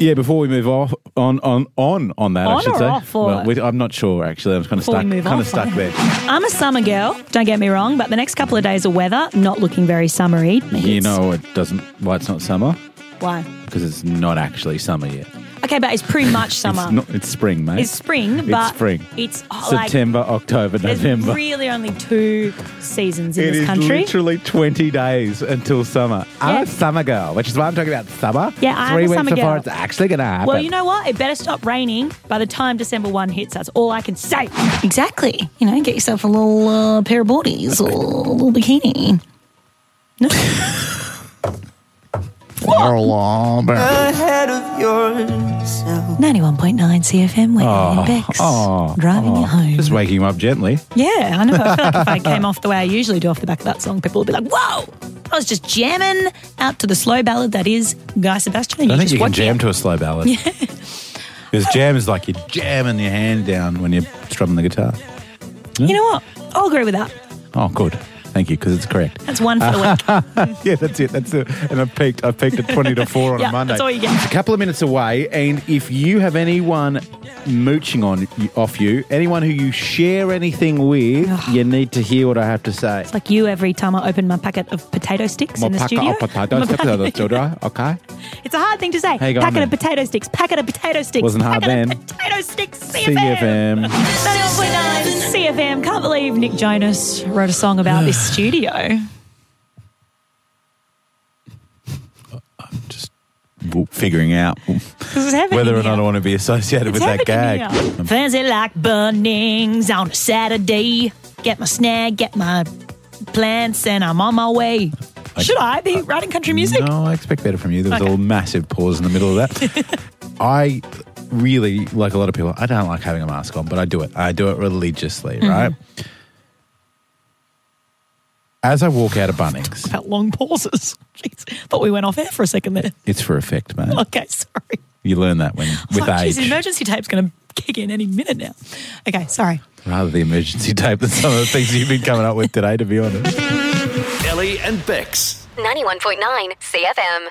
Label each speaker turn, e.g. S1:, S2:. S1: yeah, before we move off on on on on that, I
S2: On
S1: should
S2: or
S1: say.
S2: off, or-
S1: Well, we, I'm not sure actually. I'm kind of
S2: Before we
S1: stuck,
S2: move
S1: kind
S2: off.
S1: of stuck there.
S2: I'm a summer girl, don't get me wrong, but the next couple of days of weather, not looking very summery.
S1: You know, it doesn't. Why it's not summer?
S2: Why?
S1: Because it's not actually summer yet.
S2: Okay, but it's pretty much summer.
S1: It's, not, it's spring, mate.
S2: It's spring, but
S1: spring.
S2: it's oh,
S1: September, October,
S2: Like, there's
S1: November.
S2: really only two seasons in
S1: It
S2: this
S1: is
S2: country.
S1: literally 20 days until summer. I'm
S2: Yeah.
S1: a summer girl, which is why I'm talking about summer.
S2: Yeah, I'm
S1: Three
S2: a
S1: weeks
S2: summer
S1: before
S2: girl.
S1: it's actually going to happen.
S2: Well, you know what? It better stop raining by the time December 1 hits. That's all I can say. Exactly. You know, get yourself a little uh, pair of boardies or a little bikini. No.
S3: ahead of
S1: Oh.
S3: yourself.
S2: 91.9 CFM, we're in Bex, driving you home.
S1: Oh. Just waking him up gently.
S2: Yeah, I know. I feel like if I came off the way I usually do off the back of that song, people would be like, whoa, I was just jamming out to the slow ballad that is Guy Sebastian. and
S1: I think
S2: just
S1: you can
S2: watch
S1: jam
S2: it."
S1: to a slow ballad. Because jam is like you're jamming your hand down when you're strumming the guitar.
S2: You know what? I'll agree with that.
S1: Oh, good. Thank you, because it's correct.
S2: That's one for the week.
S1: yeah, that's it. That's it. And I peaked. I peaked at twenty to four on
S2: Yeah,
S1: a Monday.
S2: that's all you get.
S1: It's a couple of minutes away, and if you have anyone mooching on off you, anyone who you share anything with, you need to hear what I have to say.
S2: It's like you every time I open my packet of potato sticks in the
S1: Mopaka
S2: studio.
S1: opata, don't
S2: My
S1: step
S2: packet-
S1: to the children, okay?
S2: It's a hard thing to say.
S1: Hey, go on
S2: packet
S1: then.
S2: of potato sticks, packet of potato sticks.
S1: Wasn't hard
S2: packet
S1: then.
S2: Of potato sticks, CFM.
S1: CFM.
S2: 91.9 CFM. Can't believe Nick Jonas wrote a song about this studio.
S1: Well, Figuring out
S2: This is heaven
S1: whether
S2: in
S1: or not I
S2: here.
S1: want to be associated with that
S2: It's
S1: gag. Mm.
S2: happening here. Fancy like Bunnings on a Saturday. Get my snag, get my plants, and I'm on my way. Should I be writing country music?
S1: uh, No, I expect better from you. There was
S2: Okay.
S1: a massive pause in the middle of that. I really, like a lot of people, I don't like having a mask on, but I do it. I do it religiously,
S2: Mm-hmm.
S1: right? As I walk out of Bunnings,
S2: About long pauses. Jeez. Thought we went off air for a second there.
S1: it's for effect, man.
S2: Okay, sorry.
S1: You learn that when with
S2: Fuck, geez, the
S1: age,
S2: emergency tape's going to kick in any minute now. Okay, sorry.
S1: rather the emergency tape than some of the things you've been coming up with today. To be honest.
S4: Ellie and Bex.
S5: 91.9 CFM.